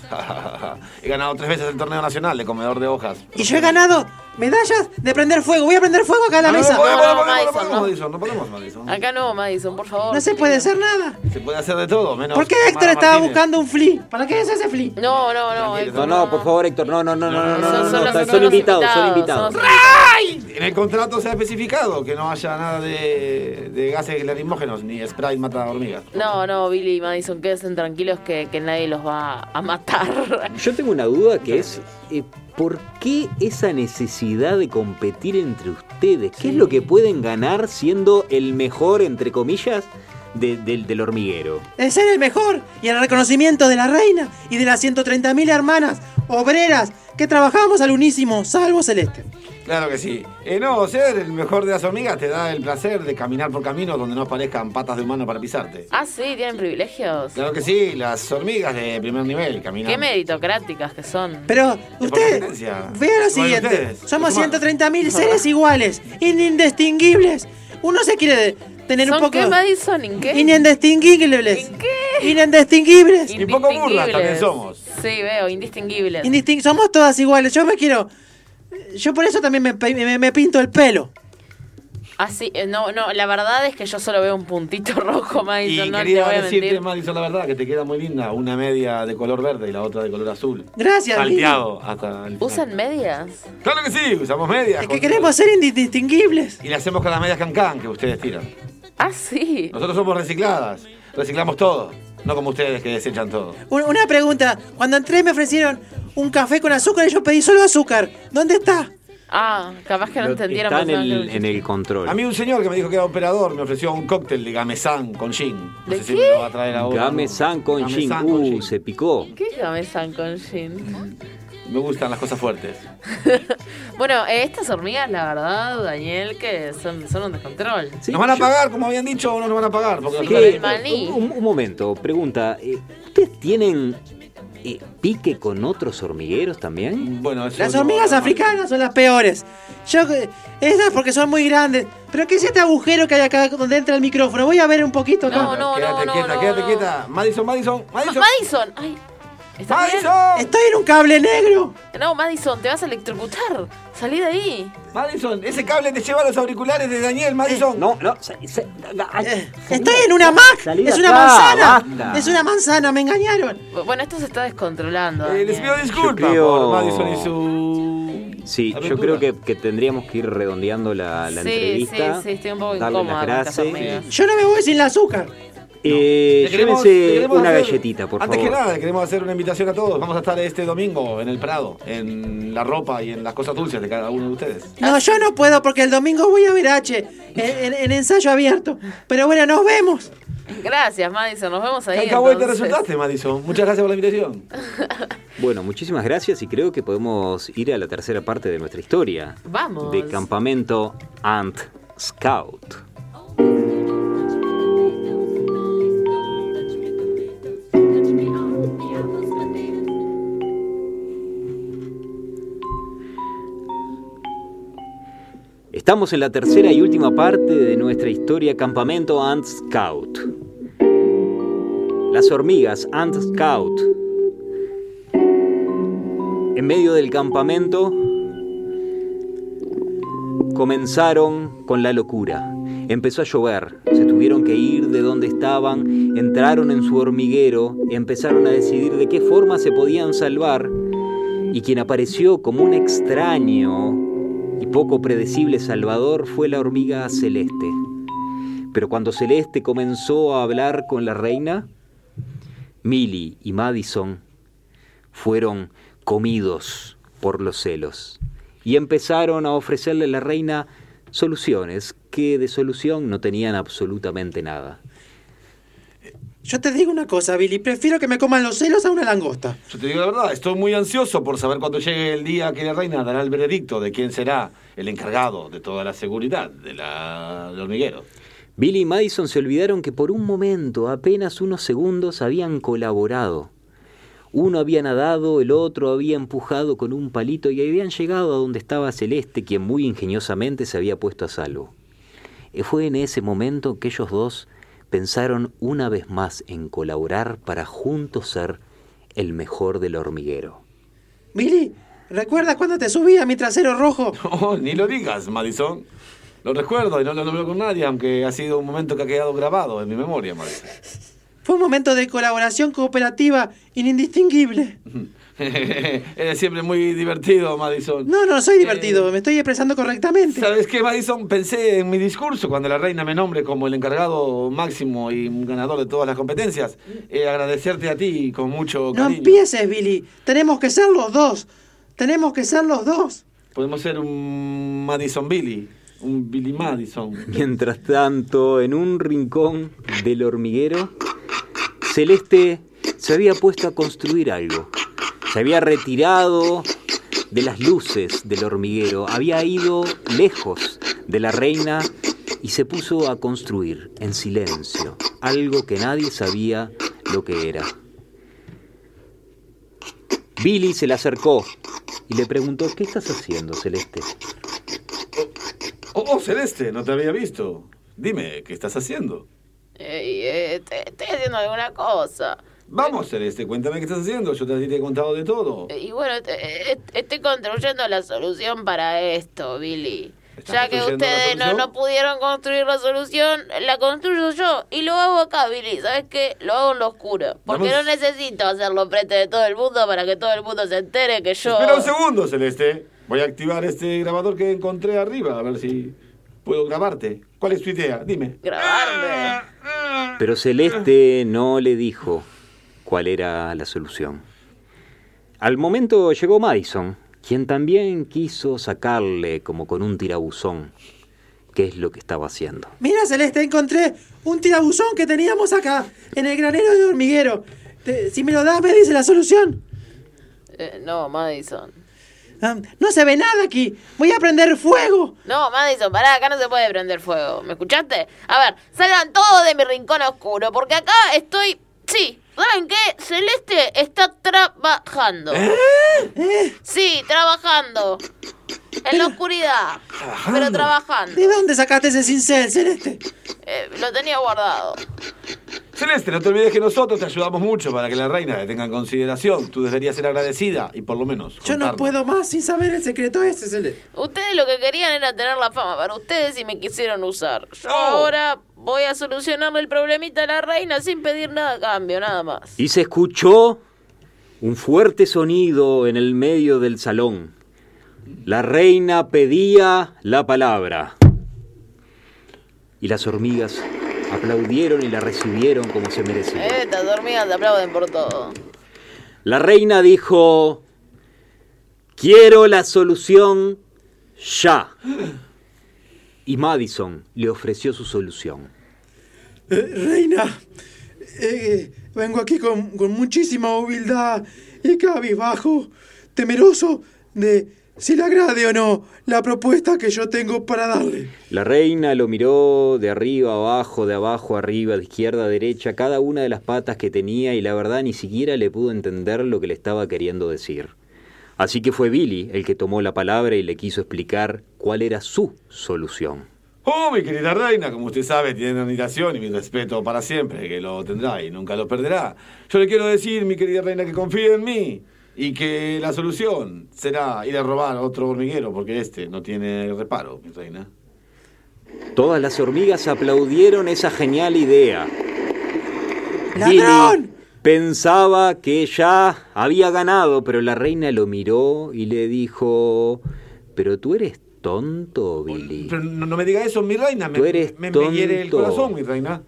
he ganado tres veces el torneo nacional de comedor de hojas.
Y yo he ganado medallas de prender fuego. Voy a prender fuego acá en la
Ah,
No, no,
mesa.
No podemos,
No, no,
no podemos, no
Madison, no.
podemos, Madison, no podemos, Madison.
Acá no, Madison, por favor.
No se puede hacer nada.
Se puede hacer de todo, menos.
¿Por qué
Mara
Héctor estaba
Martínez.
buscando un flea? ¿Para qué es ese flea?
No, no, no.
Tranquilo,
Héctor,
No, no, por favor, Héctor, no, no, no, no, no, no,
Son-
no,
son
no,
los-
están-
son
son
los
invitados, son
invitados,
invitados.
son-
En el contrato se ha especificado que no haya nada de, de gases lacrimógenos ni spray mata hormigas.
No, no, Billy y Madison, quédense tranquilos que, que nadie los va a matar.
Yo tengo una duda que es, eh, ¿por qué esa necesidad de competir entre ustedes? ¿Qué es lo que pueden ganar siendo el mejor, entre comillas, de- del- del hormiguero?
El ser el mejor y el reconocimiento de la reina y de las 130.000 hermanas obreras que trabajamos al unísimo, salvo Celeste.
Claro que sí. Eh, no, ser el mejor de las hormigas te da el placer de caminar por caminos donde no aparezcan patas de humano para pisarte.
Ah, sí, tienen privilegios.
Claro que sí, las hormigas de primer nivel caminan.
Qué meritocráticas que son.
Pero usted,
competencia.
vea lo
Igual
siguiente,
ustedes,
somos
los humanos.
130.000 seres iguales, indistinguibles. Uno se quiere tener un
¿Son
poco...
qué, Madison? ¿En qué?
Indistinguibles.
¿En qué?
Indistinguibles.
Y poco burlas también somos.
Sí, veo, indistinguibles.
Indistin- somos todas iguales. Yo me quiero... Yo por eso también me, pe- me- me pinto el pelo.
Así, eh, no, no, la verdad es que yo solo veo un puntito rojo, Madison,
y
no te
quería
voy a
decirte,
mentir.
Madison, la verdad, que te queda muy linda. Una media de color verde y la otra de color azul.
Gracias,
Salteado hasta el
¿Usan medias?
final. Claro que sí, usamos medias.
Es que
con-
queremos ser indistinguibles.
Y le hacemos con las medias cancán que ustedes tiran.
Ah, sí.
Nosotros somos recicladas. Reciclamos todo. No como ustedes que desechan todo.
Un- Una pregunta. Cuando entré me ofrecieron un café con azúcar y yo pedí solo azúcar. ¿Dónde está?
Ah, capaz que no
Lo-
entendieron.
Está en
pensaba
el,
que-
en el control.
A mí un señor que me dijo que era operador me ofreció un cóctel de gamesán con gin. No
¿De
sé si
qué?
me lo va a traer ahora.
Gamezán con Shin.
Gamesán con
Uh,
gin.
se picó.
¿Qué cabezan con Jin?
Me gustan las cosas fuertes.
Bueno, eh, estas hormigas, la verdad, Daniel, que son, son un descontrol.
Sí,
¿Nos van a
yo-
pagar, como habían dicho, o no nos van a pagar? Porque
Sí,
nos
¿Qué?
¿Qué?
están
el
viendo.
maní.
Un, un momento, pregunta. eh, ¿Ustedes tienen eh, pique con otros hormigueros también?
Bueno, eso
Las
no-
hormigas
no-
africanas son las peores. Yo, esas porque son muy grandes. Pero ¿qué es este agujero que hay acá donde entra el micrófono? Voy a ver un poquito acá.
No, no,
quédate
no,
quieta,
no,
quédate
no.
quieta. Madison, Madison,
Ma-
Madison.
Madison, ay. ¿Estás bien?
Madison,
Estoy en un cable negro.
No, Madison, te vas a electrocutar. Salí de ahí.
Madison, ese cable te lleva a los auriculares de Daniel, Madison.
Eh, No, no. sa- sa- ay,
Eh,
salí
Estoy
de-
en una Mac.
salí de
Es una
acá,
manzana.
basta.
Es una manzana, me engañaron.
Bu- Bueno, esto se está descontrolando.
Eh, les
Daniel.
pido disculpas
Yo creo-
por Madison y su.
Sí, yo
aventura.
creo que, que tendríamos que ir redondeando la, la
Sí,
entrevista.
sí, sí, estoy un poco
darle
incómoda
las
con estas
gracias.
hormigas.
Yo no me voy sin el azúcar.
Eh,
Le queremos- le
llévense
queremos
una
hacer-
galletita, por
antes
favor.
que nada, le queremos hacer una invitación a todos. Vamos a estar este domingo en el Prado, en la ropa y en las cosas dulces de cada uno de ustedes.
Ah.
No, yo no puedo porque el domingo voy a ver H en, en- en ensayo abierto. Pero bueno, nos vemos.
Gracias, Madison. Nos vemos ahí.
Cacahuete
entonces.
resultaste, Madison. Muchas gracias por la invitación.
Bueno, muchísimas gracias y creo que podemos ir a la tercera parte de nuestra historia.
Vamos.
De campamento Ant Scout. Estamos en la tercera y última parte de nuestra historia Campamento Ant Scout. Las hormigas Ant Scout. En medio del campamento comenzaron con la locura. Empezó a llover, se tuvieron que ir de donde estaban, entraron en su hormiguero, empezaron a decidir de qué forma se podían salvar y quien apareció como un extraño y poco predecible salvador fue la hormiga celeste. Pero cuando Celeste comenzó a hablar con la reina, Millie y Madison fueron comidos por los celos y empezaron a ofrecerle a la reina soluciones que de solución no tenían absolutamente nada.
Yo te digo una cosa, Billy. Prefiero que me coman los celos a una langosta.
Yo te digo la verdad, estoy muy ansioso por saber cuándo llegue el día que la reina dará el veredicto de quién será el encargado de toda la seguridad de la- del hormiguero.
Billy y Madison se olvidaron que por un momento, apenas unos segundos, habían colaborado. Uno había nadado, el otro había empujado con un palito y habían llegado a donde estaba Celeste, quien muy ingeniosamente se había puesto a salvo. Y Fue en ese momento que ellos dos pensaron una vez más en colaborar para juntos ser el mejor del hormiguero.
Billy, ¿recuerdas cuando te subí a mi trasero rojo?
Oh, ni lo digas, Madison. Lo recuerdo y no lo nombro con nadie, aunque ha sido un momento que ha quedado grabado en mi memoria, Madison.
Fue un momento de colaboración cooperativa indistinguible.
Eres siempre muy divertido, Madison.
No, no, soy divertido. Me estoy expresando correctamente.
¿Sabes qué, Madison? Pensé en mi discurso cuando la reina me nombre como el encargado máximo y ganador de todas las competencias. Eh, agradecerte a ti con mucho
No
cariño.
empieces, Billy. Tenemos que ser los dos. Tenemos que ser los dos.
Podemos ser un Madison Billy, un Billy Madison.
Mientras tanto, en un rincón del hormiguero, Celeste se había puesto a construir algo. Se había retirado de las luces del hormiguero, había ido lejos de la reina y se puso a construir en silencio algo que nadie sabía lo que era. Billy se le acercó y le preguntó, ¿qué estás haciendo, Celeste?
Oh, oh, Celeste, no te había visto. Dime, ¿qué estás haciendo?
Ey, eh, te- estoy haciendo alguna cosa.
Vamos, Celeste, cuéntame qué estás haciendo. Yo te, te he contado de todo.
Eh, Y bueno, te- eh, eh, estoy construyendo la solución para esto, Billy.
Está
Ya que
construyendo la
ustedes no,
solución.
no pudieron construir la solución, la construyo yo. Y lo hago acá, Billy. ¿Sabes qué? Lo hago en lo oscuro. Porque
Vamos.
no necesito hacerlo enfrente de todo el mundo para que todo el mundo se entere que yo.
Espera un segundo, Celeste. Voy a activar este grabador que encontré arriba, a ver si puedo grabarte. ¿Cuál es tu idea? Dime. Ah.
Grabarme.
Pero Celeste no le dijo cuál era la solución. Al momento llegó Madison, quien también quiso sacarle como con un tirabuzón qué es lo que estaba haciendo.
Mira, Celeste, encontré un tirabuzón que teníamos acá, en el granero de hormiguero. Te- si me lo das, me dice la solución.
Eh, no, Madison.
Ah, no se ve nada aquí. Voy a prender fuego.
No, Madison, pará, acá no se puede prender fuego. ¿Me escuchaste? A ver, salgan todos de mi rincón oscuro, porque acá estoy. Sí, ¿saben qué? Celeste está trabajando.
¿Eh?
Sí, trabajando. En la oscuridad. Pero trabajando.
¿De dónde sacaste ese cincel, Celeste?
Eh, lo tenía guardado.
Celeste, no te olvides que nosotros te ayudamos mucho para que la reina te tenga en consideración. Tú deberías ser agradecida y por lo menos.
Yo no
contarnos.
puedo más sin saber el eh, secreto ese, Celeste.
Ustedes lo que querían era tener la fama para ustedes y me quisieron usar. Yo
No.
ahora voy a solucionarle el problemita a la reina sin pedir nada a cambio, nada más.
Y se escuchó un fuerte sonido en el medio del salón. La reina pedía la palabra. Y las hormigas aplaudieron y la recibieron como se merecía.
Eh, Estas hormigas te aplauden por todo.
La reina dijo, quiero la solución ya. Y Madison le ofreció su solución.
Eh, reina, eh, vengo aquí con, con muchísima humildad y cabizbajo, temeroso de si le agrade o no la propuesta que yo tengo para darle.
La reina lo miró de arriba a abajo, de abajo a arriba, de izquierda a derecha, cada una de las patas que tenía y la verdad ni siquiera le pudo entender lo que le estaba queriendo decir. Así que fue Billy el que tomó la palabra y le quiso explicar cuál era su solución.
Oh, mi querida reina, como usted sabe, tiene mi admiración y mi respeto para siempre, que lo tendrá y nunca lo perderá. Yo le quiero decir, mi querida reina, que confíe en mí y que la solución será ir a robar a otro hormiguero, porque este no tiene reparo, mi reina.
Todas las hormigas aplaudieron esa genial idea.
¡Ladrón!
Billy pensaba que ya había ganado, pero la reina lo miró y le dijo, pero tú eres tonto, Billy.
Pero no, no me diga eso, mi reina. Me,
Tú eres
me, me hiere el
tonto.
corazón, mi reina.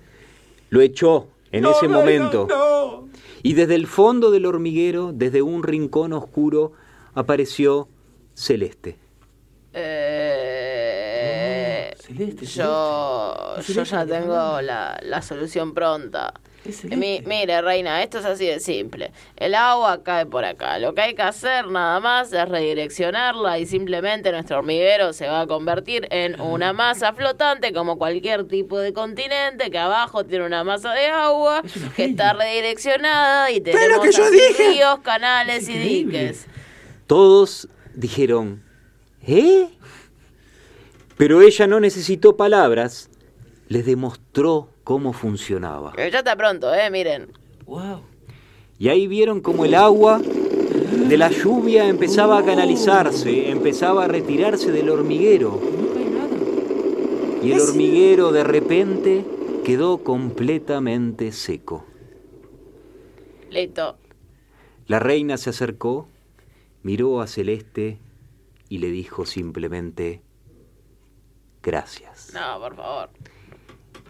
Lo echó en
No,
ese
reina,
momento.
No.
Y desde el fondo del hormiguero, desde un rincón oscuro, apareció Celeste.
Eh,
Celeste,
yo,
Celeste.
yo
Celeste
ya
que te
tengo
manda.
la, la solución pronta.
Es
Eh, mi- mire, reina, esto es así de simple. El agua cae por acá. Lo que hay que hacer nada más es redireccionarla y simplemente nuestro hormiguero se va a convertir
Ah.
en una masa flotante como cualquier tipo de continente que abajo tiene una masa de agua que está redireccionada y
lo
tenemos
que yo
así
dije.
ríos, canales y
increíble.
diques.
Todos dijeron, ¿eh? Pero ella no necesitó palabras, les demostró cómo funcionaba.
Eh, Ya está pronto, eh, miren.
Y ahí vieron como el agua de la lluvia empezaba a canalizarse, empezaba a retirarse del hormiguero. Y el hormiguero de repente quedó completamente seco.
Listo.
La reina se acercó, miró a Celeste y le dijo simplemente, gracias.
No, por favor.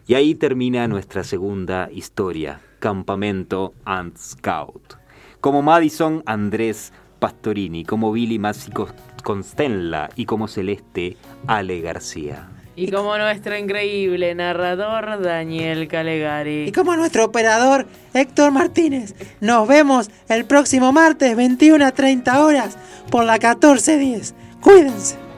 Y ahí termina nuestra segunda historia, Campamento and Scout. Como Madison, Andrés Pastorini, como Billy Massi Cos- Constenla y como Celeste, Ale García.
Y como nuestro increíble narrador, Daniel
Y
Calegari.
como nuestro operador Héctor Martínez, nos vemos el próximo martes 21 a 30 horas por la 1410. Cuídense.